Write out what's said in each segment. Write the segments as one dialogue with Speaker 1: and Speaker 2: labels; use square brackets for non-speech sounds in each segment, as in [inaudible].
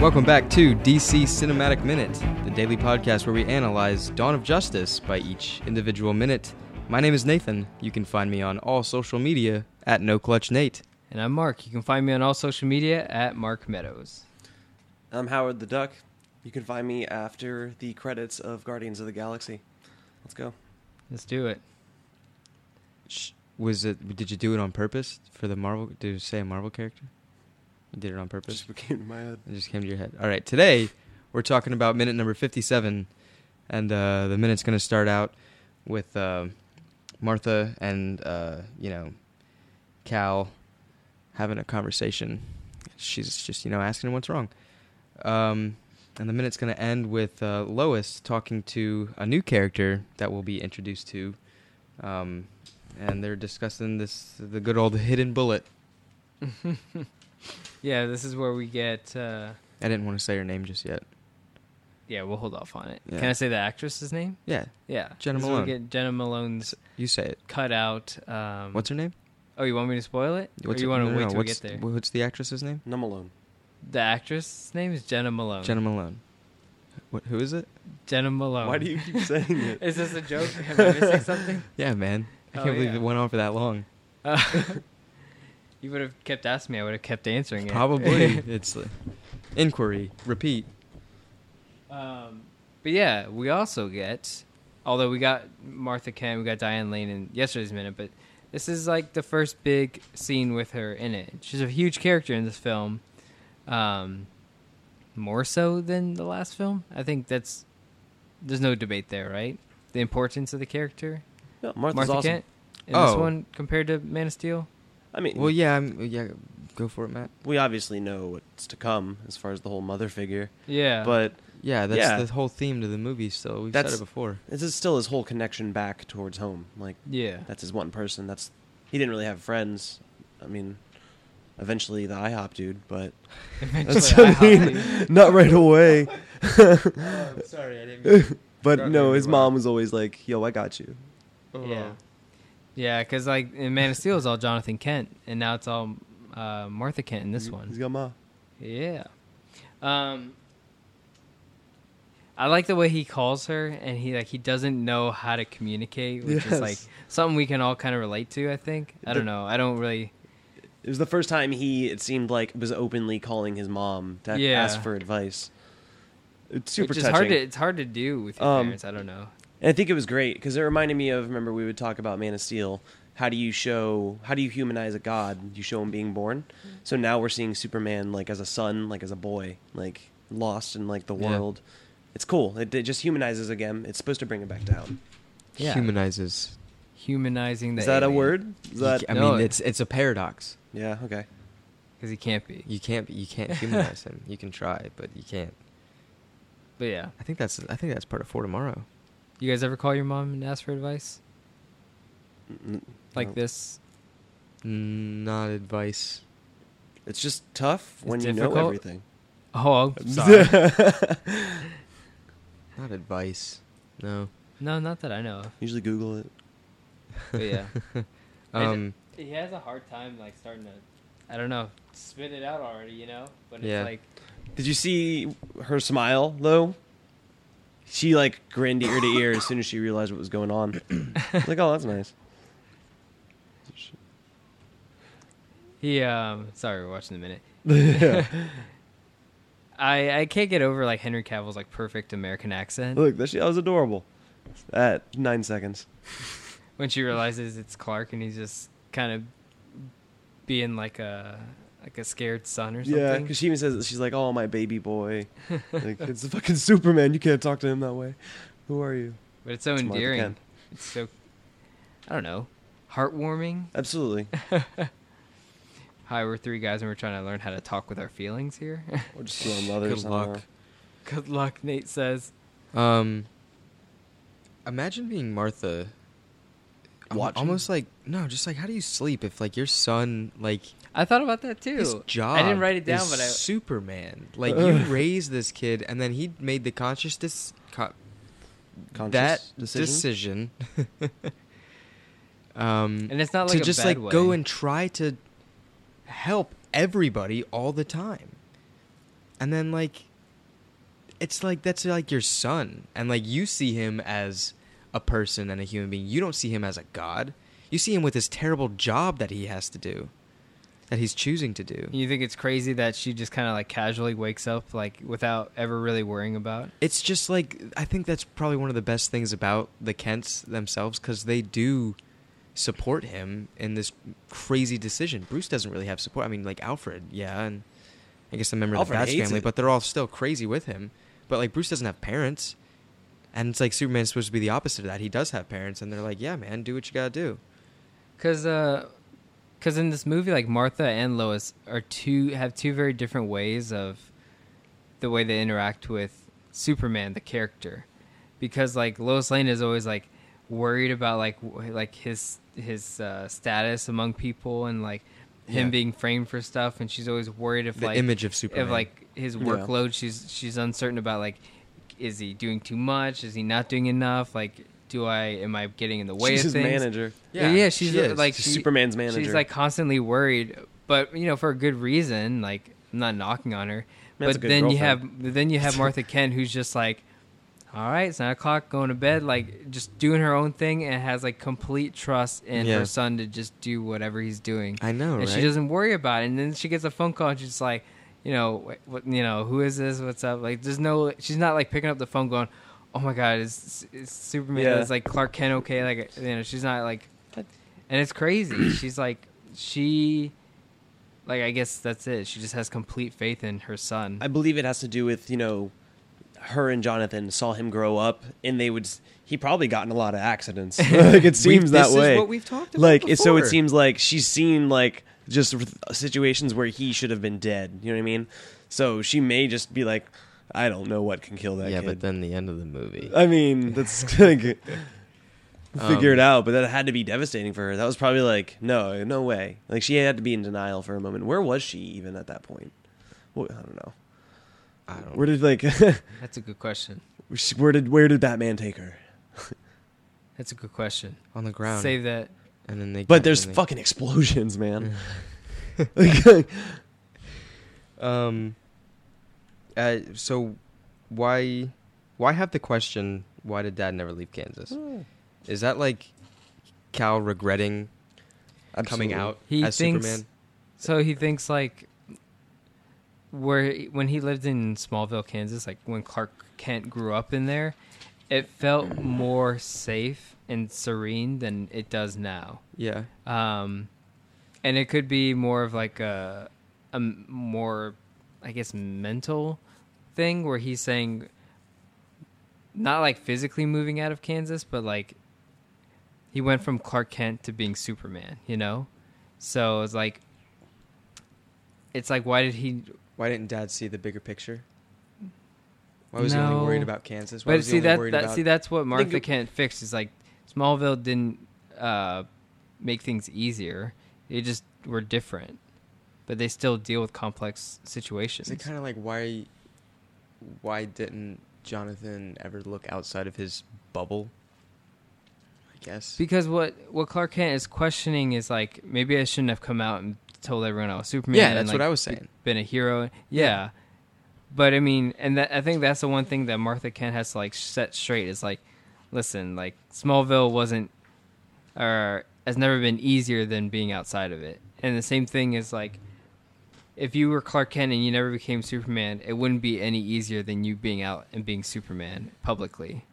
Speaker 1: Welcome back to DC Cinematic Minute, the daily podcast where we analyze Dawn of Justice by each individual minute. My name is Nathan. You can find me on all social media at NoClutchNate.
Speaker 2: And I'm Mark. You can find me on all social media at Mark Meadows.
Speaker 3: I'm Howard the Duck. You can find me after the credits of Guardians of the Galaxy. Let's go.
Speaker 2: Let's do it.
Speaker 1: Sh- Was it? Did you do it on purpose for the Marvel? Did you say a Marvel character? You did it on purpose.
Speaker 3: Just came to my head.
Speaker 1: It just came to your head. All right, today we're talking about minute number 57, and uh, the minute's going to start out with uh, Martha and, uh, you know, Cal having a conversation. She's just, you know, asking him what's wrong. Um, and the minute's going to end with uh, Lois talking to a new character that we'll be introduced to. Um, and they're discussing this the good old hidden bullet.
Speaker 2: Yeah, this is where we get. Uh,
Speaker 1: I didn't want to say her name just yet.
Speaker 2: yeah, we'll hold off on it.
Speaker 1: Yeah.
Speaker 2: Can I say the actress's name?
Speaker 1: Yeah,
Speaker 2: Yeah,
Speaker 1: Jenna
Speaker 2: This is where we
Speaker 1: Malone.
Speaker 2: get Jenna Malone's
Speaker 1: you say it.
Speaker 2: cutout. Um,
Speaker 1: What's her name?
Speaker 2: Oh, you want me to spoil it?
Speaker 1: What's
Speaker 2: or you
Speaker 1: it-
Speaker 2: want to
Speaker 1: no, no,
Speaker 2: wait
Speaker 1: no,
Speaker 2: till we
Speaker 1: what's-
Speaker 2: get there?
Speaker 1: What's the actress's name?
Speaker 3: Numb alone.
Speaker 2: the actress's name is Jenna Malone.
Speaker 1: Jenna Malone. What, who is it?
Speaker 2: Jenna Malone.
Speaker 3: Why do you keep saying it?
Speaker 2: [laughs] is this a joke? Am I missing something?
Speaker 1: Yeah, man. I
Speaker 2: Oh,
Speaker 1: can't believe
Speaker 2: yeah.
Speaker 1: it went on for that long.
Speaker 2: Uh,
Speaker 1: [laughs]
Speaker 2: [laughs] you would have kept asking me. I would have kept answering it. [laughs]
Speaker 1: Probably it's uh, inquiry, repeat.
Speaker 2: Um, but yeah, we also get, although we got Martha Kent, we got Diane Lane in yesterday's minute, but this is like the first big scene with her in it. She's a huge character in this film, um, more so than the last film. I think that's there's no debate there, right? The importance of the character,
Speaker 3: No, Martha's
Speaker 2: Martha
Speaker 3: awesome.
Speaker 2: Kent, in this
Speaker 1: Oh.
Speaker 2: one compared to Man of Steel.
Speaker 3: I mean,
Speaker 1: Well, yeah, I'm, yeah. Go for it, Matt.
Speaker 3: we obviously know what's to come as far as the whole mother figure,
Speaker 2: Yeah,
Speaker 3: but
Speaker 1: Yeah, that's
Speaker 3: Yeah.
Speaker 1: the whole theme to the movie. So we've
Speaker 3: That's-
Speaker 1: said it before.
Speaker 3: this is still his whole connection back towards home. Like [laughs]
Speaker 2: yeah,
Speaker 3: that's his one person. That's he didn't really have friends. I mean, eventually the IHOP dude, but
Speaker 2: Eventually, I hopped it.
Speaker 3: not right away.
Speaker 1: sorry, I didn't.
Speaker 3: [laughs] But
Speaker 1: Not
Speaker 3: no,
Speaker 1: very
Speaker 3: his
Speaker 1: well.
Speaker 3: mom was always like, "Yo, I got you."
Speaker 2: Yeah. Uh-huh. Yeah, because like in Man of Steel is all Jonathan Kent, and now it's all uh, Martha Kent in this
Speaker 3: He's
Speaker 2: one.
Speaker 3: got ma.
Speaker 2: Yeah. Um, I like the way he calls her, and he like he doesn't know how to communicate, which is like
Speaker 3: Yes.
Speaker 2: something we can all kind of relate to. I think. I don't
Speaker 3: The-
Speaker 2: know. I don't really.
Speaker 3: It was the first time he, it seemed like, was openly calling his mom to
Speaker 2: Yeah.
Speaker 3: ask for advice. It's super
Speaker 2: which is
Speaker 3: touching.
Speaker 2: hard to it's hard to do with your
Speaker 3: Um,
Speaker 2: parents. I don't know.
Speaker 3: And I think it was great because it reminded me of remember we would talk about Man of Steel. How do you show? How do you humanize a god? You show him being born. So now we're seeing Superman like as a son, like as a boy, like lost in like the
Speaker 1: Yeah.
Speaker 3: world. It's cool. It, it just humanizes again. It's supposed to bring it back down.
Speaker 2: Yeah.
Speaker 1: Humanizes.
Speaker 2: Humanizing the
Speaker 3: Is that a
Speaker 2: alien.
Speaker 3: word? Is that
Speaker 1: I
Speaker 2: No,
Speaker 1: mean,
Speaker 2: it-
Speaker 1: it's it's a paradox.
Speaker 3: yeah? Okay.
Speaker 2: Because he can't be.
Speaker 1: You can't you
Speaker 3: [laughs]
Speaker 1: can't humanize him. You can try, but you can't.
Speaker 2: But yeah,
Speaker 1: I think that's I think that's part of for tomorrow.
Speaker 2: you guys ever call your mom and ask for advice
Speaker 3: Mm,
Speaker 2: like
Speaker 3: no.
Speaker 2: this?
Speaker 1: Mm, Not advice.
Speaker 3: It's just tough when you know
Speaker 2: difficult.
Speaker 3: everything.
Speaker 2: Oh, I'm sorry.
Speaker 3: [laughs]
Speaker 1: Not advice. No.
Speaker 2: no, not that I know. of.
Speaker 3: Usually Google it.
Speaker 1: [laughs]
Speaker 2: But yeah.
Speaker 1: Um.
Speaker 2: he has a hard time like starting to i don't know spit it out already you know but
Speaker 1: Yeah.
Speaker 2: it's like
Speaker 3: Did you see her smile though? She like grinned ear to ear as soon as she realized what was going on. [coughs] like, oh, that's [laughs] nice.
Speaker 2: he um sorry we're watching the minute i i can't get over like henry cavill's like perfect american accent
Speaker 3: Look, that, shit, that was adorable. At nine seconds,
Speaker 2: when she realizes it's clark and he's just kind of being like a like a scared son or
Speaker 3: yeah,
Speaker 2: something
Speaker 3: because
Speaker 2: [laughs]
Speaker 3: she even says she's like, "Oh, my baby boy." like, it's the fucking Superman. You can't talk to him that way. Who are you?
Speaker 2: but it's so
Speaker 3: It's Martha
Speaker 2: endearing
Speaker 3: Kent.
Speaker 2: it's so i don't know heartwarming [laughs]
Speaker 3: Absolutely.
Speaker 2: hi we're three guys and we're trying to learn how to talk with our feelings here [laughs]
Speaker 3: Or just to our mothers.
Speaker 1: Good
Speaker 3: I don't
Speaker 1: luck.
Speaker 3: know.
Speaker 2: good luck nate says
Speaker 1: Um, imagine being Martha. Al-
Speaker 3: Watching?
Speaker 1: Almost like no, just like how do you sleep if like your son like
Speaker 2: i thought about that too
Speaker 1: his job?
Speaker 2: i didn't write it down
Speaker 1: is
Speaker 2: but i
Speaker 1: Superman. Like you
Speaker 3: Ugh.
Speaker 1: raised this kid, and then he made the conscious dis- co-
Speaker 3: Conscious
Speaker 1: that
Speaker 3: decision?
Speaker 1: decision. [laughs] um,
Speaker 2: And it's not like
Speaker 1: to
Speaker 2: a
Speaker 1: just
Speaker 2: bad
Speaker 1: like go
Speaker 2: way.
Speaker 1: and try to help everybody all the time. and then like it's like that's like your son and like you see him as a person and a human being you don't see him as a god you see him with this terrible job that he has to do that he's choosing to do
Speaker 2: You think it's crazy that she just kind of like casually wakes up like without ever really worrying about?
Speaker 1: it's just like i think that's probably one of the best things about the kents themselves because they do support him in this crazy decision bruce doesn't really have support i mean like alfred yeah and i guess a member of the
Speaker 3: Alfred
Speaker 1: bats
Speaker 3: hates
Speaker 1: family
Speaker 3: it.
Speaker 1: but they're all still crazy with him but like bruce doesn't have parents and it's like superman's supposed to be the opposite of that he does have parents and they're like yeah man do what you gotta do
Speaker 2: Cuz uh cuz in this movie like Martha and Lois are two have two very different ways of the way they interact with Superman the character. Because like Lois Lane is always like worried about like w- like his his uh, status among people and like him
Speaker 1: Yeah.
Speaker 2: being framed for stuff and she's always worried if
Speaker 1: the
Speaker 2: like
Speaker 1: image of superman
Speaker 2: of like his
Speaker 3: Yeah.
Speaker 2: workload. She's she's uncertain about like, is he doing too much? Is he not doing enough? Like, do I am I getting in the way
Speaker 3: She's
Speaker 2: of
Speaker 3: his
Speaker 2: things?
Speaker 3: manager.
Speaker 2: Yeah, yeah, she's
Speaker 1: she is.
Speaker 2: like
Speaker 3: She's
Speaker 2: she-
Speaker 3: Superman's manager.
Speaker 2: She's like constantly worried, but you know for a good reason. Like, I'm not knocking on her,
Speaker 3: That's a
Speaker 2: but
Speaker 3: good
Speaker 2: then you have
Speaker 3: girlfriend.
Speaker 2: but then you have Martha Kent who's just like. All right, it's nine o'clock. Going to bed, like just doing her own thing, and has like complete trust in
Speaker 1: Yeah.
Speaker 2: her son to just do whatever he's doing
Speaker 1: i know right
Speaker 2: and she doesn't worry about it. And then she gets a phone call and she's like, you know, wh- what, you know, who is this? What's up? Like, there's no, she's not like picking up the phone going, oh my god, is, is Superman
Speaker 3: Yeah.
Speaker 2: is like Clark Kent okay? Like, you know, she's not like, and it's crazy. she's like, she, like, I guess that's it. She just has complete faith in her son.
Speaker 3: I believe it has to do with you know, her and Jonathan saw him grow up, and they would. s- He probably got in a lot of accidents. [laughs] like it
Speaker 1: We've-
Speaker 3: seems that
Speaker 1: this
Speaker 3: way.
Speaker 1: is what we've talked about
Speaker 3: like it- so it
Speaker 1: before.
Speaker 3: seems like she's seen like just r- situations where he should have been dead you know what i mean so she may just be like i don't know what can kill that
Speaker 1: yeah but
Speaker 3: kid
Speaker 1: then the end of the movie
Speaker 3: i mean that's [laughs] like figure
Speaker 1: Um,
Speaker 3: it out but that had to be devastating for her that was probably like no no way like she had to be in denial for a moment where was she even at that point well, i don't know
Speaker 1: i don't
Speaker 3: where did like [laughs]
Speaker 2: That's a good question.
Speaker 3: where did where did batman take her
Speaker 2: That's a good question.
Speaker 1: on the ground
Speaker 2: Save that.
Speaker 1: and then they
Speaker 3: but
Speaker 1: get-
Speaker 3: there's
Speaker 1: and they-
Speaker 3: fucking explosions man
Speaker 1: [laughs]
Speaker 3: [laughs]
Speaker 1: Um. Uh, so, why, why have the question? Why did Dad never leave Kansas? Is that like Cal regretting coming
Speaker 3: Absolutely.
Speaker 1: out
Speaker 2: He
Speaker 1: as
Speaker 2: thinks-
Speaker 1: Superman?
Speaker 2: So he thinks like where when he lived in Smallville, Kansas, like when Clark Kent grew up in there, it felt more safe and serene than it does now.
Speaker 1: Yeah.
Speaker 2: Um, and it could be more of like a a m- more, I guess, mental thing where he's saying not like physically moving out of Kansas, but like he went from Clark Kent to being Superman, you know? So it's like it's like why did he
Speaker 1: Why didn't Dad see the bigger picture? Why was he only
Speaker 2: No.
Speaker 1: worried about Kansas? Why
Speaker 2: But
Speaker 1: was
Speaker 2: see
Speaker 1: he only
Speaker 2: that,
Speaker 1: worried
Speaker 2: that
Speaker 1: about
Speaker 2: see that's what
Speaker 3: think
Speaker 2: Martha
Speaker 3: it-
Speaker 2: Kent fixed. Is like Smallville didn't uh, make things easier; they just were different, but they still deal with complex situations.
Speaker 1: Is it kind of like why, why didn't Jonathan ever look outside of his bubble? I guess.
Speaker 2: because what what Clark Kent is questioning is like maybe I shouldn't have come out and told everyone I was Superman.
Speaker 1: yeah,
Speaker 2: and,
Speaker 1: that's
Speaker 2: like,
Speaker 1: what I was saying.
Speaker 2: been a hero. Yeah. But I mean, and that, I think that's the one thing that Martha Kent has to like set straight is like, listen, like Smallville wasn't, or has never been easier than being outside of it. And the same thing is like, if you were Clark Kent and you never became Superman, it wouldn't be any easier than you being out and being Superman publicly.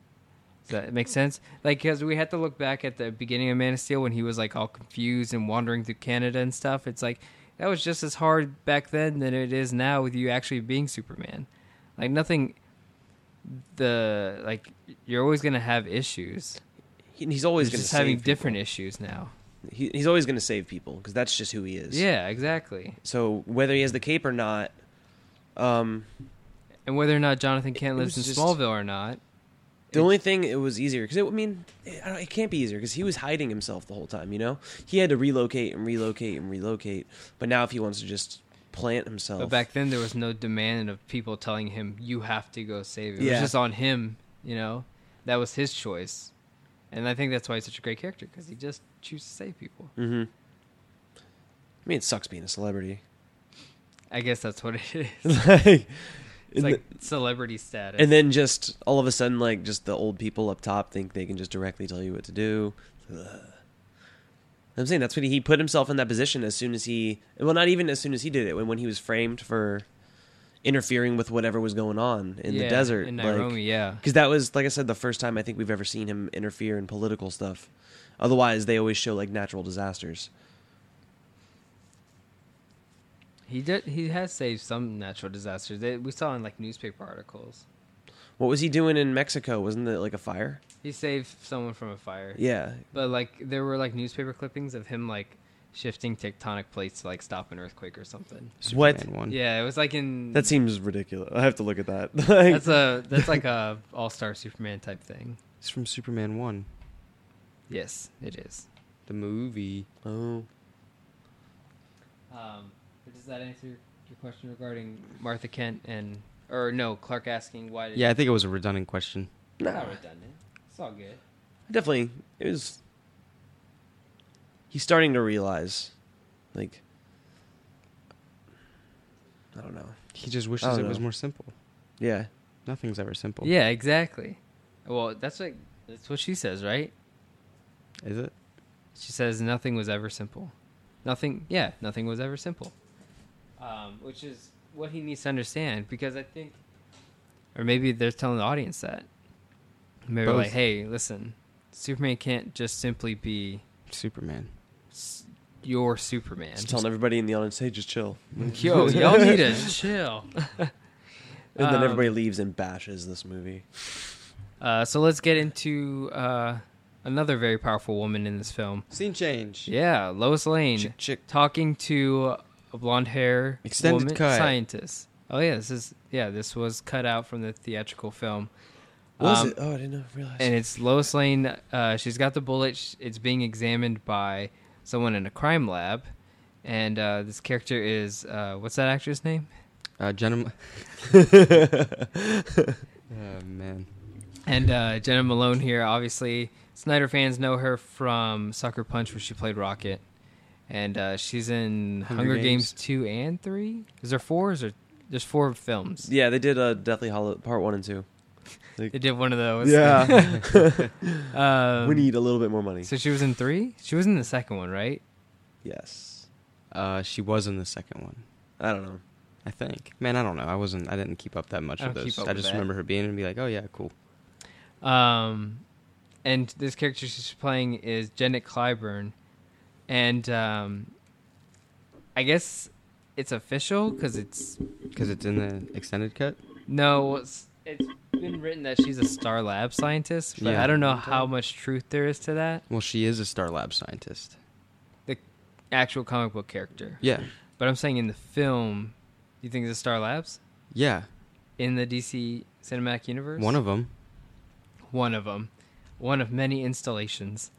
Speaker 2: Does that make sense? Like, because we had to look back at the beginning of Man of Steel when he was like all confused and wandering through Canada and stuff. It's like that was just as hard back then than it is now with you actually being Superman. Like nothing, the like you're always gonna have issues.
Speaker 3: He- he's always
Speaker 2: You're
Speaker 3: going
Speaker 2: just
Speaker 3: to
Speaker 2: having
Speaker 3: save
Speaker 2: different issues now.
Speaker 3: he, he's always going to save people because that's just who he is.
Speaker 2: Yeah, exactly.
Speaker 3: So whether he has the cape or not, um,
Speaker 2: And whether or not Jonathan Kent
Speaker 3: It
Speaker 2: lives in
Speaker 3: was just-
Speaker 2: Smallville or not,
Speaker 3: the only thing it was easier because I mean it, I don't- it can't be easier because he was hiding himself the whole time. You know, he had to relocate and relocate and relocate. But now if he wants to just plant himself,
Speaker 2: but back then there was no demand of people telling him you have to go save it. It
Speaker 3: Yeah.
Speaker 2: was just on him, you know. That was his choice, and I think that's why he's such a great character because he just
Speaker 3: Mm-hmm.
Speaker 2: chooses to save people.
Speaker 3: hmm I mean, it sucks being a celebrity.
Speaker 2: I guess that's what it is.
Speaker 3: [laughs] like,
Speaker 2: It's
Speaker 3: and
Speaker 2: like
Speaker 3: th-
Speaker 2: celebrity status.
Speaker 3: and then just all of a sudden, like just the old people up top think they can just directly tell you what to do. Ugh. I'm saying that's when he put himself in that position as soon as he, well, not even as soon as he did it, when when he was framed for interfering with whatever was going on in
Speaker 2: Yeah,
Speaker 3: the desert
Speaker 2: in
Speaker 3: like-
Speaker 2: Nairobi, yeah.
Speaker 3: because that was like i said the first time i think we've ever seen him interfere in political stuff otherwise they always show like natural disasters
Speaker 2: He did. He has saved some natural disasters. They, we saw in like newspaper articles.
Speaker 3: what was he doing in mexico wasn't it like a fire
Speaker 2: He saved someone from a fire.
Speaker 3: yeah
Speaker 2: But like there were like newspaper clippings of him like shifting tectonic plates to like stop an earthquake or something.
Speaker 3: What?
Speaker 1: Superman One.
Speaker 2: Yeah, it was like in
Speaker 3: that seems ridiculous i have to look at that [laughs] Like-
Speaker 2: that's a that's like a all star Superman type thing.
Speaker 1: It's from Superman 1,
Speaker 2: Yes, it is.
Speaker 1: the movie.
Speaker 3: oh
Speaker 2: Um, but does that answer your question regarding Martha Kent and or no Clark asking why? Did
Speaker 1: Yeah, I think it was a redundant question.
Speaker 2: it's
Speaker 3: no
Speaker 2: not redundant. It's all good.
Speaker 3: definitely it was he's starting to realize like i don't know
Speaker 1: He just wishes
Speaker 3: Oh,
Speaker 1: it
Speaker 3: no.
Speaker 1: was more simple.
Speaker 3: yeah
Speaker 1: Nothing's ever simple.
Speaker 2: Yeah, exactly. Well, that's like that's what she says, right?
Speaker 1: Is it?
Speaker 2: She says nothing was ever simple. Nothing, yeah, nothing was ever simple. Um, which is what he needs to understand because I think, or maybe they're telling the audience that. Maybe they're
Speaker 1: Both.
Speaker 2: like, hey, listen, Superman can't just simply be
Speaker 1: Superman.
Speaker 2: s- your Superman.
Speaker 3: just telling everybody in the audience hey just chill
Speaker 2: Yo, y'all need to
Speaker 3: [laughs]
Speaker 2: chill.
Speaker 3: and then
Speaker 2: Um,
Speaker 3: everybody leaves and bashes this movie
Speaker 2: Uh, so let's get into uh, another very powerful woman in this film.
Speaker 1: Scene change.
Speaker 2: Yeah, Lois Lane.
Speaker 1: Chick, chick.
Speaker 2: talking to a blonde hair
Speaker 1: Extended
Speaker 2: woman,
Speaker 1: cut.
Speaker 2: scientist. Oh yeah, this is yeah, this was cut out from the theatrical film.
Speaker 3: what was
Speaker 2: Um,
Speaker 3: it oh i didn't realize
Speaker 2: And it's Lois Lane. Uh, she's got the bullet. Sh- It's being examined by someone in a crime lab, and uh, this character is uh, what's that actress name?
Speaker 1: Uh,
Speaker 2: [laughs]
Speaker 1: Jenna. oh, man.
Speaker 2: And uh, Jenna Malone here, obviously, Snyder fans know her from Sucker Punch, where she played Rocket, and uh, she's in Hunger,
Speaker 1: Hunger
Speaker 2: Games.
Speaker 1: Games.
Speaker 2: two and three. Is there four? Is there there's four films?
Speaker 3: Yeah, they did uh, Deathly Hollow Part One and Two.
Speaker 2: They did one of
Speaker 1: [laughs]
Speaker 2: those. [laughs]
Speaker 3: Yeah,
Speaker 2: Um,
Speaker 3: [laughs] we need a little bit more money.
Speaker 2: so she was in three. She was in the second one, right?
Speaker 3: Yes,
Speaker 1: Uh, she was in the second one,
Speaker 3: I don't know.
Speaker 1: I think. Man, I don't know. I wasn't. I didn't keep up that much
Speaker 2: I
Speaker 1: with
Speaker 2: don't keep
Speaker 1: those.
Speaker 2: up
Speaker 1: I
Speaker 2: with
Speaker 1: just
Speaker 2: that.
Speaker 1: remember her being and be like, oh yeah, cool.
Speaker 2: Um, and this character she's playing is Janet Clyburn, and um, I guess it's official because it's
Speaker 1: Because it's in the extended cut.
Speaker 2: no, it's, it's been written that she's a Star Lab scientist, but
Speaker 1: Yeah.
Speaker 2: I don't know how much truth there is to that.
Speaker 1: Well, she is a Star Lab scientist.
Speaker 2: The actual comic book character,
Speaker 1: Yeah,
Speaker 2: but I'm saying in the film, you think it's Star Labs
Speaker 1: yeah.
Speaker 2: in the DC cinematic universe?
Speaker 1: One of them.
Speaker 2: one of them, one of many installations.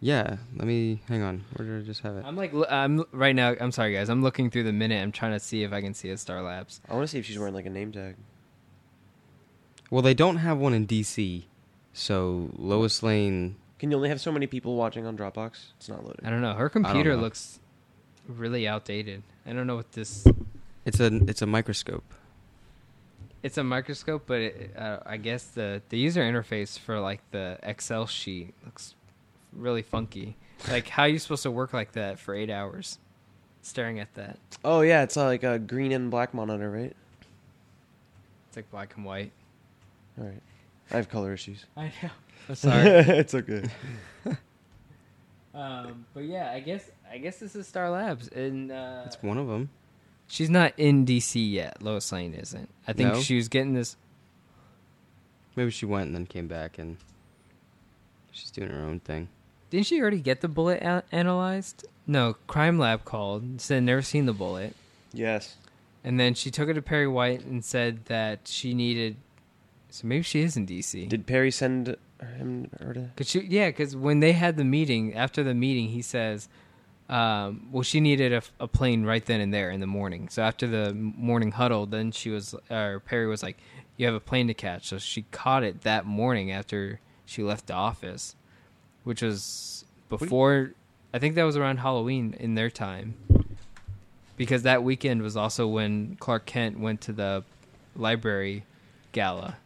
Speaker 1: Yeah. Let me hang on. Where did I just have it?
Speaker 2: I'm like, l- I'm right now. I'm sorry, guys. I'm looking through the minute. I'm trying to see if I can see a Star Labs.
Speaker 3: I want to see if she's wearing like a name tag.
Speaker 1: Well, they don't have one in DC, so Lois Lane.
Speaker 3: Can you only have so many people watching on Dropbox? It's not
Speaker 2: I
Speaker 3: loaded.
Speaker 2: don't know. Her computer
Speaker 1: know.
Speaker 2: looks really outdated. I don't know what this.
Speaker 1: It's a it's a microscope.
Speaker 2: It's a microscope, but it, uh, I guess the the user interface for like the Excel sheet looks really [laughs] funky. Like, how are you supposed to work like that for eight hours, staring at that?
Speaker 3: Oh yeah, it's uh, like a green and black monitor, right?
Speaker 2: It's like black and white.
Speaker 3: All right, I have color issues.
Speaker 2: [laughs] I know. I'm Oh, sorry.
Speaker 3: [laughs] it's okay.
Speaker 2: [laughs] Um, but yeah, I guess I guess this is Star Labs, and uh,
Speaker 1: It's one of them.
Speaker 2: she's not in DC yet. Lois Lane isn't. I think
Speaker 1: No?
Speaker 2: she was getting this.
Speaker 1: Maybe she went and then came back, and she's doing her own thing.
Speaker 2: Didn't she already get the bullet a- analyzed? No, Crime Lab called and said never seen the bullet,
Speaker 3: Yes.
Speaker 2: and then she took it to Perry White and said that she needed. So maybe she is in DC.
Speaker 3: Did Perry send him or to?
Speaker 2: Cause she, yeah, because when they had the meeting, after the meeting, he says, um, "Well, she needed a, a plane right then and there in the morning." So after the morning huddle, then she was, or Perry was like, "You have a plane to catch." So she caught it that morning after she left the office, which was before. I think that was around Halloween in their time. because that weekend was also when Clark Kent went to the library gala.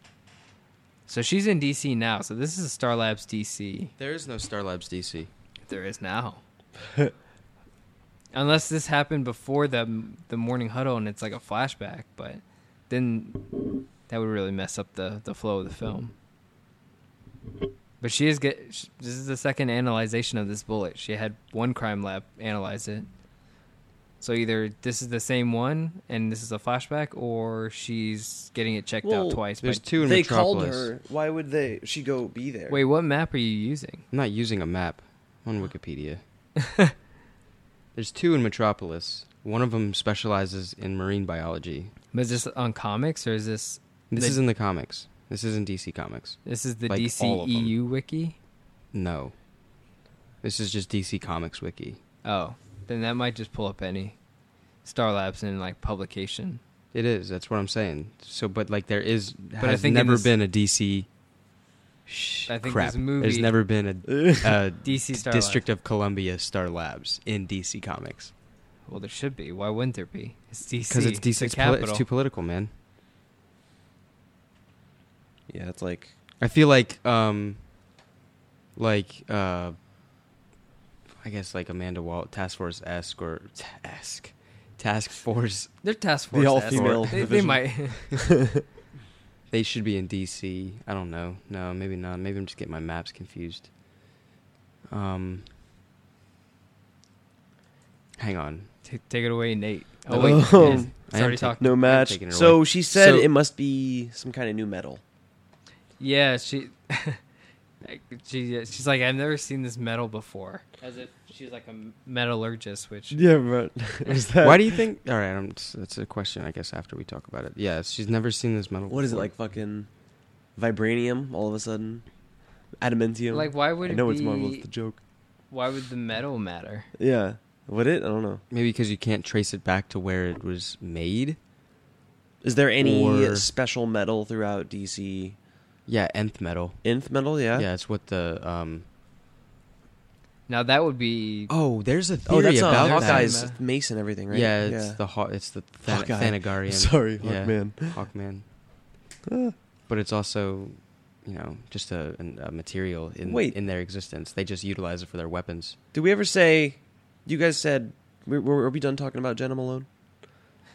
Speaker 2: So she's in DC now. So this is Star Labs DC.
Speaker 1: There is no Star Labs DC.
Speaker 2: There is now. [laughs] Unless this happened before the the morning huddle and it's like a flashback, but then that would really mess up the, the flow of the film. But she is get sh- this is the second analyzation of this bullet. She had one crime lab analyze it. So either this is the same one and this is a flashback or she's getting it checked
Speaker 3: Well,
Speaker 2: out twice. by-
Speaker 1: There's two in
Speaker 3: they
Speaker 1: Metropolis.
Speaker 3: called her. Why would they? She go be there? [laughs]
Speaker 2: Wait, what map are you using?
Speaker 1: I'm not using a map I'm on [laughs] Wikipedia. There's two in Metropolis. One of them specializes in marine biology.
Speaker 2: But Is this on comics or is this
Speaker 1: This
Speaker 2: They-
Speaker 1: is in the comics. This isn't DC Comics.
Speaker 2: this is the
Speaker 1: Like, all
Speaker 2: DC
Speaker 1: of 'em.
Speaker 2: EU wiki?
Speaker 1: No. This is just DC Comics Wiki.
Speaker 2: Oh, then that might just pull up any Star Labs and like publication.
Speaker 1: It is. That's what I'm saying. So, but like there is,
Speaker 2: I
Speaker 1: but has
Speaker 2: think in
Speaker 1: never
Speaker 2: this-
Speaker 1: been a DC. Shh,
Speaker 2: I think
Speaker 1: crap.
Speaker 2: this movie-
Speaker 1: There's never been a,
Speaker 2: [laughs]
Speaker 1: a
Speaker 2: DC Star
Speaker 1: District of Columbia Star Labs in DC Comics
Speaker 2: Well, there should be. Why wouldn't there be? It's DC.
Speaker 1: because it's
Speaker 2: the
Speaker 1: DC. It's, poli-
Speaker 2: capital.
Speaker 1: it's too political, man.
Speaker 3: Yeah, it's like
Speaker 1: I feel like, um, like, uh, I guess like Amanda Wall, Task Force esque or esque, Task Force.
Speaker 2: They're task
Speaker 3: The
Speaker 2: force.
Speaker 3: all-female
Speaker 2: escort. They, they
Speaker 3: division.
Speaker 2: might. [laughs]
Speaker 1: They should be in DC. I don't know. No, maybe not. Maybe I'm just getting my maps confused. Um, hang on.
Speaker 2: Ta- take it away,
Speaker 3: [laughs]
Speaker 2: Nate.
Speaker 1: Oh,
Speaker 2: Oh wait, it's
Speaker 3: I
Speaker 2: it's
Speaker 1: am taking-
Speaker 2: already talking.
Speaker 3: no match.
Speaker 1: taking it
Speaker 3: So
Speaker 1: away.
Speaker 3: she said
Speaker 1: So-
Speaker 3: it must be some kind of new metal.
Speaker 2: Yeah, she. [laughs] like, She, she's like I've never seen this metal before, as if she's like a metallurgist, which
Speaker 3: Yeah, but
Speaker 2: [laughs]
Speaker 1: Why do you think? All right, I'm, that's a question. I guess after we talk about it. Yeah, she's never seen this metal.
Speaker 3: What is it
Speaker 1: before.
Speaker 3: like? Fucking vibranium. All of a sudden, adamantium.
Speaker 2: like why would
Speaker 3: I know
Speaker 2: it
Speaker 3: it's
Speaker 2: be-
Speaker 3: Marvel. It's the joke.
Speaker 2: why would the metal matter?
Speaker 3: Yeah. Would it? I don't know.
Speaker 1: Maybe because you can't trace it back to where it was made.
Speaker 3: Is there any
Speaker 1: Or-
Speaker 3: special metal throughout DC?
Speaker 1: Yeah, nth metal.
Speaker 3: Nth metal, yeah.
Speaker 1: Yeah, it's what the um.
Speaker 2: Now that would be
Speaker 1: Oh, there's a theory
Speaker 3: Oh, that's
Speaker 1: about
Speaker 3: about
Speaker 2: that.
Speaker 3: Hawkeye's
Speaker 2: Hawkeye.
Speaker 3: mace and everything, right?
Speaker 1: Yeah, it's the Haw- it's the Than-
Speaker 3: Hawkeye.
Speaker 1: Thanagarian.
Speaker 3: [laughs] Sorry,
Speaker 1: Yeah.
Speaker 3: Hawkman.
Speaker 1: Hawkman.
Speaker 3: Ah.
Speaker 1: But it's also, you know, just a, an, a material in
Speaker 3: Wait.
Speaker 1: in their existence. They just utilize it for their weapons.
Speaker 3: Did we ever say? You guys said were, were we done talking about Jenna Malone?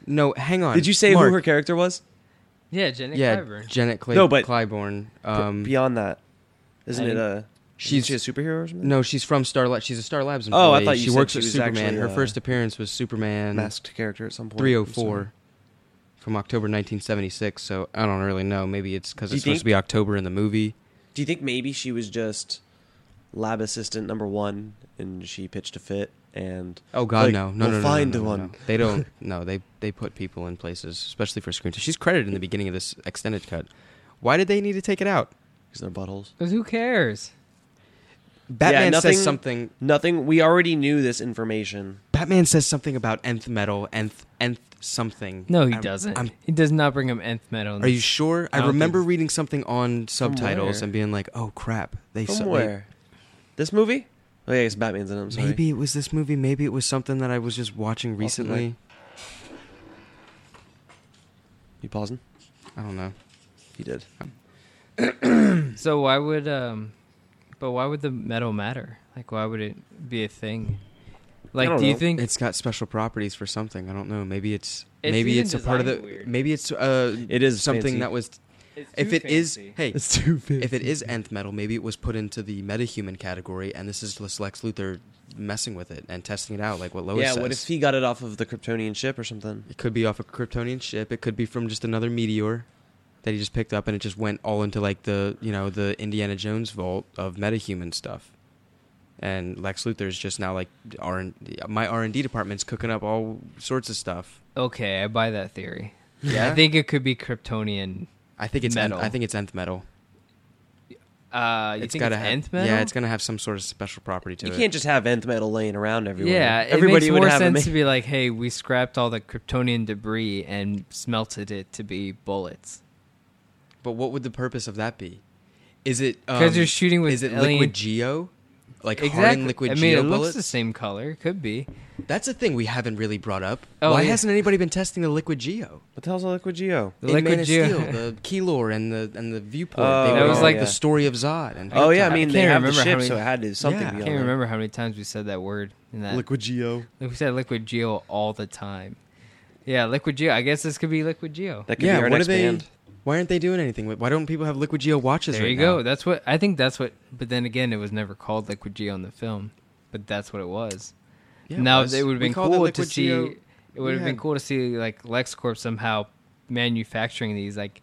Speaker 1: No, hang on.
Speaker 3: Did you say
Speaker 1: Mark,
Speaker 3: who her character was?
Speaker 2: yeah, Jenny
Speaker 1: Yeah,
Speaker 2: Clyburn.
Speaker 1: Janet Clay-
Speaker 3: No, but-
Speaker 1: Clyburn. Um,
Speaker 3: Beyond that, isn't
Speaker 2: I-
Speaker 3: it a? She's
Speaker 1: she's-
Speaker 3: she a superhero or something?
Speaker 1: No, she's from Star. La- she's a Star Labs employee.
Speaker 3: Oh, I thought you
Speaker 1: she
Speaker 3: said
Speaker 1: works
Speaker 3: she
Speaker 1: for
Speaker 3: was
Speaker 1: Superman.
Speaker 3: actually,
Speaker 1: Her
Speaker 3: uh,
Speaker 1: first appearance was Superman
Speaker 3: masked character at some point.
Speaker 1: 304 from October 1976. So I don't really know. Maybe it's because
Speaker 3: Do
Speaker 1: it's
Speaker 3: you
Speaker 1: supposed to be October in the movie.
Speaker 3: Do you think maybe she was just lab assistant number one, and she pitched a fit? And
Speaker 1: Oh God,
Speaker 3: Like,
Speaker 1: no, no,
Speaker 3: we'll
Speaker 1: no, no,
Speaker 3: find
Speaker 1: no, no,
Speaker 3: the
Speaker 1: no,
Speaker 3: one.
Speaker 1: no. They [laughs] don't. No, they they put people in places, especially for screen. time. She's credited in the beginning of this extended cut. Why did they need to take it out?
Speaker 3: because they're buttholes.
Speaker 2: 'Cause who cares?
Speaker 1: Batman
Speaker 3: nothing-
Speaker 1: says something.
Speaker 3: Nothing. We already knew this information.
Speaker 1: Batman says something about nth metal, nth nth something.
Speaker 2: No, he
Speaker 1: I'm-
Speaker 2: doesn't.
Speaker 1: I'm-
Speaker 2: he does not bring him nth metal. in
Speaker 1: are you
Speaker 2: this.
Speaker 1: sure?
Speaker 2: I
Speaker 1: I
Speaker 2: don't
Speaker 1: remember
Speaker 2: think-
Speaker 1: reading something on subtitles
Speaker 3: where?
Speaker 1: and being like, "Oh crap!" They
Speaker 3: From
Speaker 1: su- they-
Speaker 3: where? This movie? Oh yeah, it's Batman's in it. I'm sorry.
Speaker 1: Maybe it was this movie. Maybe it was something that I was just watching
Speaker 3: Also, like-
Speaker 1: recently.
Speaker 3: You pausing?
Speaker 1: I don't know.
Speaker 3: You did.
Speaker 2: So why would um, but why would the metal matter? Like why would it be a thing? Like
Speaker 3: don't
Speaker 2: do you
Speaker 3: know.
Speaker 2: think
Speaker 1: It's got special properties for something. I don't know. Maybe it's,
Speaker 2: It's
Speaker 1: maybe
Speaker 2: even
Speaker 1: it's a part of the
Speaker 2: designed weird.
Speaker 1: maybe it's uh
Speaker 3: It is
Speaker 1: something
Speaker 3: fancy.
Speaker 1: that was if it is hey
Speaker 3: too big.
Speaker 1: if it is nth metal maybe it was put into the metahuman category and this is just Lex Luthor messing with it and testing it out like what Lois
Speaker 3: yeah,
Speaker 1: says.
Speaker 3: what if he got it off of the Kryptonian ship or something?
Speaker 1: It could be off a Kryptonian ship. It could be from just another meteor that he just picked up, and it just went all into like the you know the Indiana Jones vault of metahuman stuff. And Lex Luthor is just now like R and my R and D department's cooking up all sorts of stuff.
Speaker 2: okay, I buy that theory.
Speaker 1: Yeah?
Speaker 2: I think it could be Kryptonian.
Speaker 1: I think it's
Speaker 2: Metal.
Speaker 1: Nth, I think it's nth metal.
Speaker 2: Uh, you think
Speaker 1: gotta
Speaker 2: it's
Speaker 1: have
Speaker 2: nth metal?
Speaker 1: yeah, it's gonna have some sort of special property to
Speaker 3: You
Speaker 1: it.
Speaker 3: can't just have nth metal laying around everywhere.
Speaker 2: Yeah, it
Speaker 3: everybody
Speaker 2: makes
Speaker 3: would
Speaker 2: more
Speaker 3: have
Speaker 2: sense
Speaker 3: a
Speaker 2: to be like, hey, we scrapped all the Kryptonian debris and smelted it to be bullets.
Speaker 1: but what would the purpose of that be? Is it
Speaker 2: 'Cause
Speaker 1: um,
Speaker 2: you're shooting with
Speaker 1: Is it
Speaker 2: alien-
Speaker 1: liquid geo? like
Speaker 2: exactly.
Speaker 1: hardened liquid
Speaker 2: I mean,
Speaker 1: geo
Speaker 2: it looks
Speaker 1: bullets.
Speaker 2: the same color. Could be.
Speaker 1: That's a thing we haven't really brought up.
Speaker 2: Oh,
Speaker 1: Why
Speaker 2: yeah.
Speaker 1: hasn't anybody been testing the liquid geo?
Speaker 3: What the hell's a liquid geo?
Speaker 2: The
Speaker 1: in
Speaker 2: liquid
Speaker 1: Man of
Speaker 2: geo-
Speaker 1: Steel,
Speaker 2: [laughs]
Speaker 1: the [laughs] keylore and the and the viewport.
Speaker 3: Oh,
Speaker 1: they
Speaker 2: That
Speaker 1: were
Speaker 2: was
Speaker 1: all
Speaker 2: like-
Speaker 1: the story of Zod and
Speaker 3: Oh yeah, I
Speaker 2: I
Speaker 3: mean
Speaker 2: can't
Speaker 3: they have the
Speaker 2: remember how
Speaker 3: ship,
Speaker 2: many-
Speaker 3: so it had to something.
Speaker 1: Yeah.
Speaker 2: I
Speaker 3: beyond
Speaker 1: I
Speaker 2: can't
Speaker 3: that.
Speaker 2: remember how many times we said that word in that.
Speaker 3: Liquid geo.
Speaker 2: We said liquid geo all the time. Yeah, liquid geo. I guess this could be liquid geo.
Speaker 3: That could
Speaker 1: yeah,
Speaker 3: be our
Speaker 1: what
Speaker 3: next
Speaker 1: are they?
Speaker 3: band.
Speaker 1: Why aren't they doing anything? with- Why don't people have liquid geo watches?
Speaker 2: There
Speaker 1: right
Speaker 2: you
Speaker 1: now?
Speaker 2: go. That's what I think. That's what. But then again, it was never called liquid geo in the film. But that's what it was.
Speaker 1: Yeah,
Speaker 2: now
Speaker 1: Wes.
Speaker 2: it would have
Speaker 1: We
Speaker 2: been
Speaker 1: called it
Speaker 2: cool to
Speaker 1: Liquid
Speaker 2: see.
Speaker 1: Geo-
Speaker 2: It would have
Speaker 1: we
Speaker 2: been
Speaker 1: had-
Speaker 2: cool to see like LexCorp somehow manufacturing these like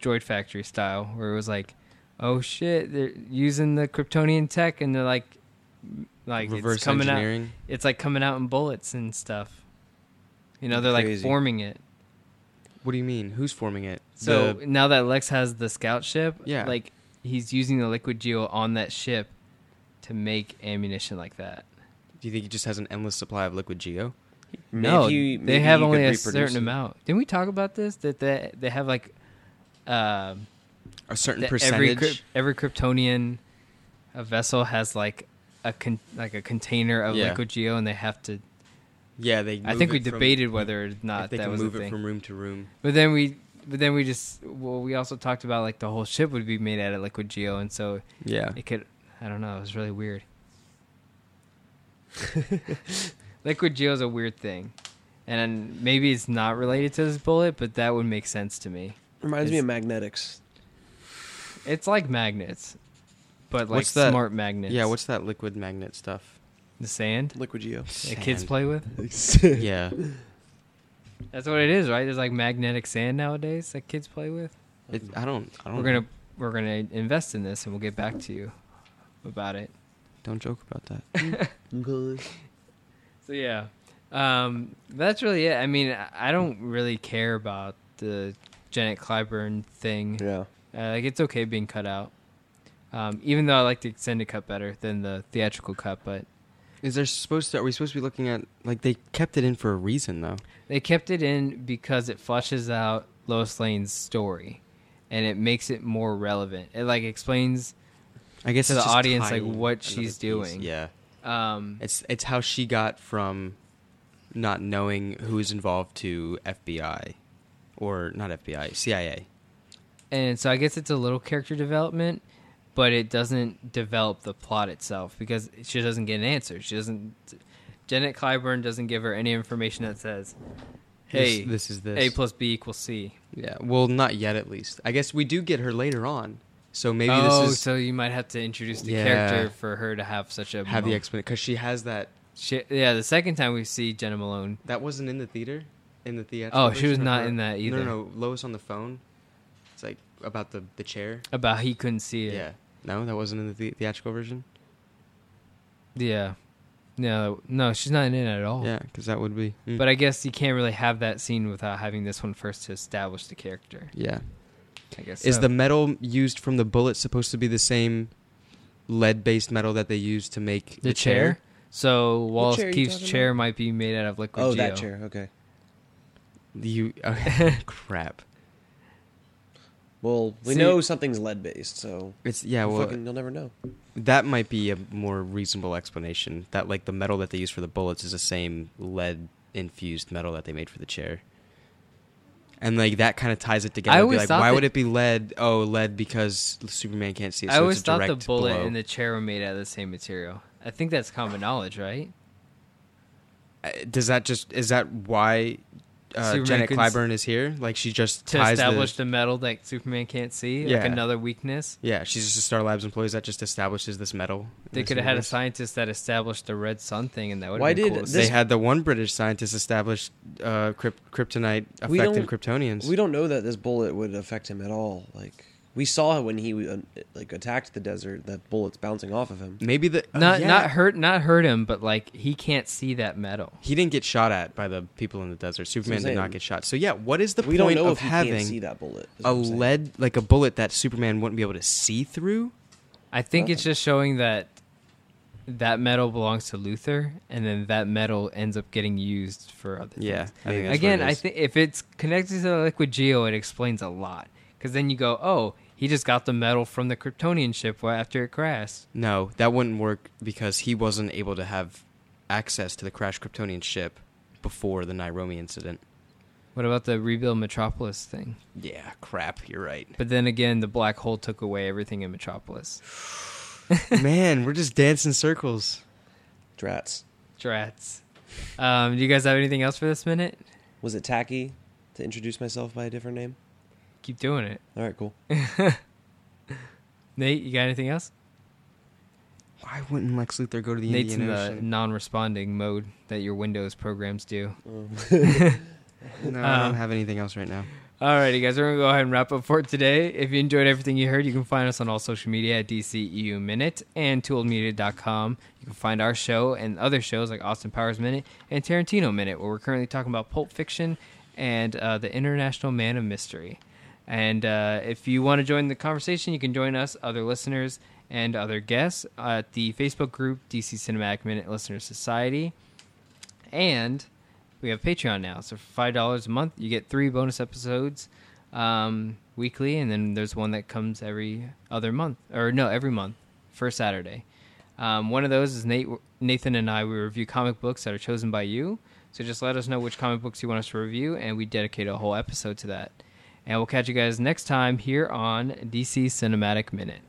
Speaker 2: Droid Factory style, where it was like, oh shit, they're using the Kryptonian tech, and they're like, like
Speaker 1: reverse
Speaker 2: it's coming out.
Speaker 1: engineering.
Speaker 2: It's like coming out in bullets and stuff. You know, they're like
Speaker 3: Crazy.
Speaker 2: forming it.
Speaker 1: What do you mean? Who's forming it?
Speaker 2: So
Speaker 1: The-
Speaker 2: now that Lex has the scout ship,
Speaker 1: Yeah.
Speaker 2: like he's using the liquid geo on that ship to make ammunition like that.
Speaker 1: do you think he just has an endless supply of liquid geo?
Speaker 2: no,
Speaker 3: Maybe you-
Speaker 2: they
Speaker 3: maybe
Speaker 2: have
Speaker 3: you
Speaker 2: only
Speaker 3: could
Speaker 2: a
Speaker 3: reproduce
Speaker 2: certain
Speaker 3: it.
Speaker 2: amount. Didn't we talk about this? That they they have like uh,
Speaker 1: A certain
Speaker 2: that every
Speaker 1: percentage.
Speaker 2: Kryp- every Kryptonian a vessel has like a con- like a container of
Speaker 1: Yeah.
Speaker 2: liquid geo, and they have to.
Speaker 1: yeah, they.
Speaker 2: I
Speaker 1: move
Speaker 2: think
Speaker 1: it
Speaker 2: we
Speaker 1: from-
Speaker 2: debated whether or not
Speaker 1: if they
Speaker 2: that
Speaker 1: can
Speaker 2: was a
Speaker 1: move it
Speaker 2: thing.
Speaker 1: from room to room.
Speaker 2: But then we, but then we just, well, we also talked about like the whole ship would be made out of liquid geo, and so
Speaker 1: Yeah,
Speaker 2: it could, I don't know, it was
Speaker 1: [laughs]
Speaker 2: really weird. liquid geo is a weird thing, and maybe it's not related to this bullet, but that would make sense to me.
Speaker 3: Reminds me
Speaker 2: It's-
Speaker 3: of magnetics.
Speaker 2: It's like magnets, but like
Speaker 1: What's that?
Speaker 2: smart magnets.
Speaker 1: yeah. What's that liquid magnet stuff?
Speaker 2: the sand
Speaker 3: Liquid geo.
Speaker 2: that kids
Speaker 1: Sand.
Speaker 2: play with?
Speaker 1: [laughs] Yeah,
Speaker 2: That's what it is, right? There's like magnetic sand nowadays that kids play with.
Speaker 1: it, I don't. I don't.
Speaker 2: We're gonna we're gonna invest in this, and we'll get back to you about it.
Speaker 1: [laughs] Don't joke about that.
Speaker 2: So yeah, um, that's really it. I mean, I- I don't really care about the Janet Clyburn thing.
Speaker 3: yeah.
Speaker 2: Uh, like it's okay being cut out, um, even though I like the extended cut better than the theatrical cut. But
Speaker 1: Is there supposed to? Are we supposed to be looking at? Like they kept it in for a reason, though.
Speaker 2: they kept it in because it flushes out Lois Lane's story, and it makes it more relevant. It like explains,
Speaker 1: I guess
Speaker 2: To
Speaker 1: it's
Speaker 2: the
Speaker 1: just
Speaker 2: audience,
Speaker 1: tying
Speaker 2: like, what
Speaker 1: another
Speaker 2: she's
Speaker 1: piece.
Speaker 2: doing.
Speaker 1: Yeah,
Speaker 2: um,
Speaker 1: it's it's how she got from not knowing who is involved to FBI or not FBI, CIA.
Speaker 2: and so I guess it's a little character development, but it doesn't develop the plot itself because she doesn't get an answer. She doesn't. Janet Clyburn doesn't give her any information that says, "Hey,
Speaker 1: this, this is this.
Speaker 2: A plus B equals C."
Speaker 1: Yeah, well, not yet, at least. I guess we do get her later on, so maybe
Speaker 2: oh,
Speaker 1: this is
Speaker 2: so you might have to introduce the
Speaker 1: Yeah.
Speaker 2: character for her to have such a
Speaker 1: have the
Speaker 2: moment.
Speaker 1: explanation because she has that.
Speaker 2: She, yeah, the second time we see Jenna Malone,
Speaker 1: That wasn't in the theater, in the theater.
Speaker 2: Oh, she was not in that either.
Speaker 1: No, no, no, Lois on the phone. It's like about the the chair.
Speaker 2: about he couldn't see
Speaker 1: Yeah.
Speaker 2: it.
Speaker 1: No, that wasn't in the, the- theatrical version.
Speaker 2: yeah, no, no, she's not in it at all.
Speaker 1: Yeah, because that would be. mm.
Speaker 2: Oh. But I guess you can't really have that scene without having this one first to establish the character.
Speaker 1: yeah.
Speaker 2: I guess
Speaker 1: Is
Speaker 2: so.
Speaker 1: the metal used from the bullet supposed to be the same lead-based metal that they use to make
Speaker 2: the chair. So Wallace
Speaker 3: chair you
Speaker 2: Keith's
Speaker 3: talking
Speaker 2: chair might be made out of liquid
Speaker 3: Oh,
Speaker 2: geo.
Speaker 3: that chair. Okay.
Speaker 1: You
Speaker 2: [laughs]
Speaker 1: okay. crap.
Speaker 3: Well, we
Speaker 2: See-
Speaker 3: know something's lead based, so
Speaker 1: It's yeah.
Speaker 3: you
Speaker 1: Well,
Speaker 3: fucking, you'll never know.
Speaker 1: that might be a more reasonable explanation. That like the metal that they use for the bullets is the same lead-infused metal that they made for the chair. And like that kind of ties it together.
Speaker 2: I
Speaker 1: Be
Speaker 2: always
Speaker 1: like,
Speaker 2: thought
Speaker 1: why
Speaker 2: that-
Speaker 1: would it be lead? Oh, lead because Superman can't see it. So
Speaker 2: I always
Speaker 1: it's a
Speaker 2: thought the
Speaker 1: direct
Speaker 2: bullet
Speaker 1: blow.
Speaker 2: and the chair were made out of the same material. I think that's common knowledge, right?
Speaker 1: Uh, Does that just is that why uh,
Speaker 2: Superman
Speaker 1: Janet
Speaker 2: couldn't s-
Speaker 1: Clyburn is here? Like she just
Speaker 2: To
Speaker 1: ties the,
Speaker 2: establish the, metal that Superman can't see,
Speaker 1: Yeah.
Speaker 2: like another weakness.
Speaker 1: Yeah, she's just a Star Labs employee that just establishes this metal.
Speaker 2: They could have had a scientist that established the red sun thing, and that would.
Speaker 3: Why
Speaker 2: been
Speaker 3: did
Speaker 2: cool to
Speaker 3: this-
Speaker 1: They had the one British scientist establish uh, kryp- kryptonite
Speaker 3: We
Speaker 1: affecting
Speaker 3: don't-
Speaker 1: Kryptonians.
Speaker 3: We don't know that this bullet would affect him at all. Like we saw when he uh, like attacked the desert, that bullet's bouncing off of him.
Speaker 1: Maybe the oh,
Speaker 2: not
Speaker 1: yeah.
Speaker 2: not hurt not hurt him, but like he can't see that metal.
Speaker 1: He didn't get shot at by the people in the desert. Superman did
Speaker 3: saying.
Speaker 1: not get shot. So yeah, what is the
Speaker 3: we don't
Speaker 1: point
Speaker 3: know
Speaker 1: of
Speaker 3: if he can't see
Speaker 1: having
Speaker 3: that bullet. is
Speaker 1: a
Speaker 3: what I'm saying.
Speaker 1: lead like a bullet that Superman wouldn't be able to see through?
Speaker 2: I think it's
Speaker 3: Okay.
Speaker 2: just showing that that metal belongs to Luther, and then that metal ends up getting used for other things.
Speaker 1: Yeah, I think that's what
Speaker 2: Again,
Speaker 1: it
Speaker 2: I
Speaker 1: is.
Speaker 2: think if it's connected to the liquid geo, it explains a lot because then you go, oh, he He just got the metal from the Kryptonian ship wa- after it crashed.
Speaker 1: No, that wouldn't work because he wasn't able to have access to the crashed Kryptonian ship before the Nairobi incident.
Speaker 2: What about the rebuild Metropolis thing?
Speaker 1: Yeah, crap. You're
Speaker 3: [laughs]
Speaker 1: right.
Speaker 2: But then again, the black hole took away everything in Metropolis.
Speaker 1: Man, we're just dancing circles.
Speaker 3: Drats.
Speaker 2: Drats. Um, do you guys have anything else for this minute?
Speaker 3: Was it tacky to introduce myself by a different name?
Speaker 2: Keep doing it.
Speaker 3: All right, cool.
Speaker 2: Nate, you got anything else?
Speaker 1: Why wouldn't Lex Luthor go to the
Speaker 2: Nate's in
Speaker 1: Indian
Speaker 2: the
Speaker 1: Ocean?
Speaker 2: non-responding mode that your Windows programs do.
Speaker 1: no,
Speaker 3: Uh,
Speaker 1: I
Speaker 2: Um,
Speaker 1: don't have anything else right now.
Speaker 2: Alrighty, guys, we're gonna go ahead and wrap up for today. If you enjoyed everything you heard, you can find us on all social media at DCEU Minute and tooledmedia.com. You can find our show and other shows like Austin Powers Minute and Tarantino Minute, where we're currently talking about Pulp Fiction and uh, the International Man of Mystery. And uh, if you want to join the conversation, you can join us, other listeners, and other guests at the Facebook group DC Cinematic Minute Listener Society. And we have Patreon now. So for five dollars a month, you get three bonus episodes um, weekly, and then there's one that comes every other month, or no, every month, first Saturday. Um, one of those is Nate, Nathan and I. We review comic books that are chosen by you. So just let us know which comic books you want us to review, and we dedicate a whole episode to that. And we'll catch you guys next time here on DC Cinematic Minute.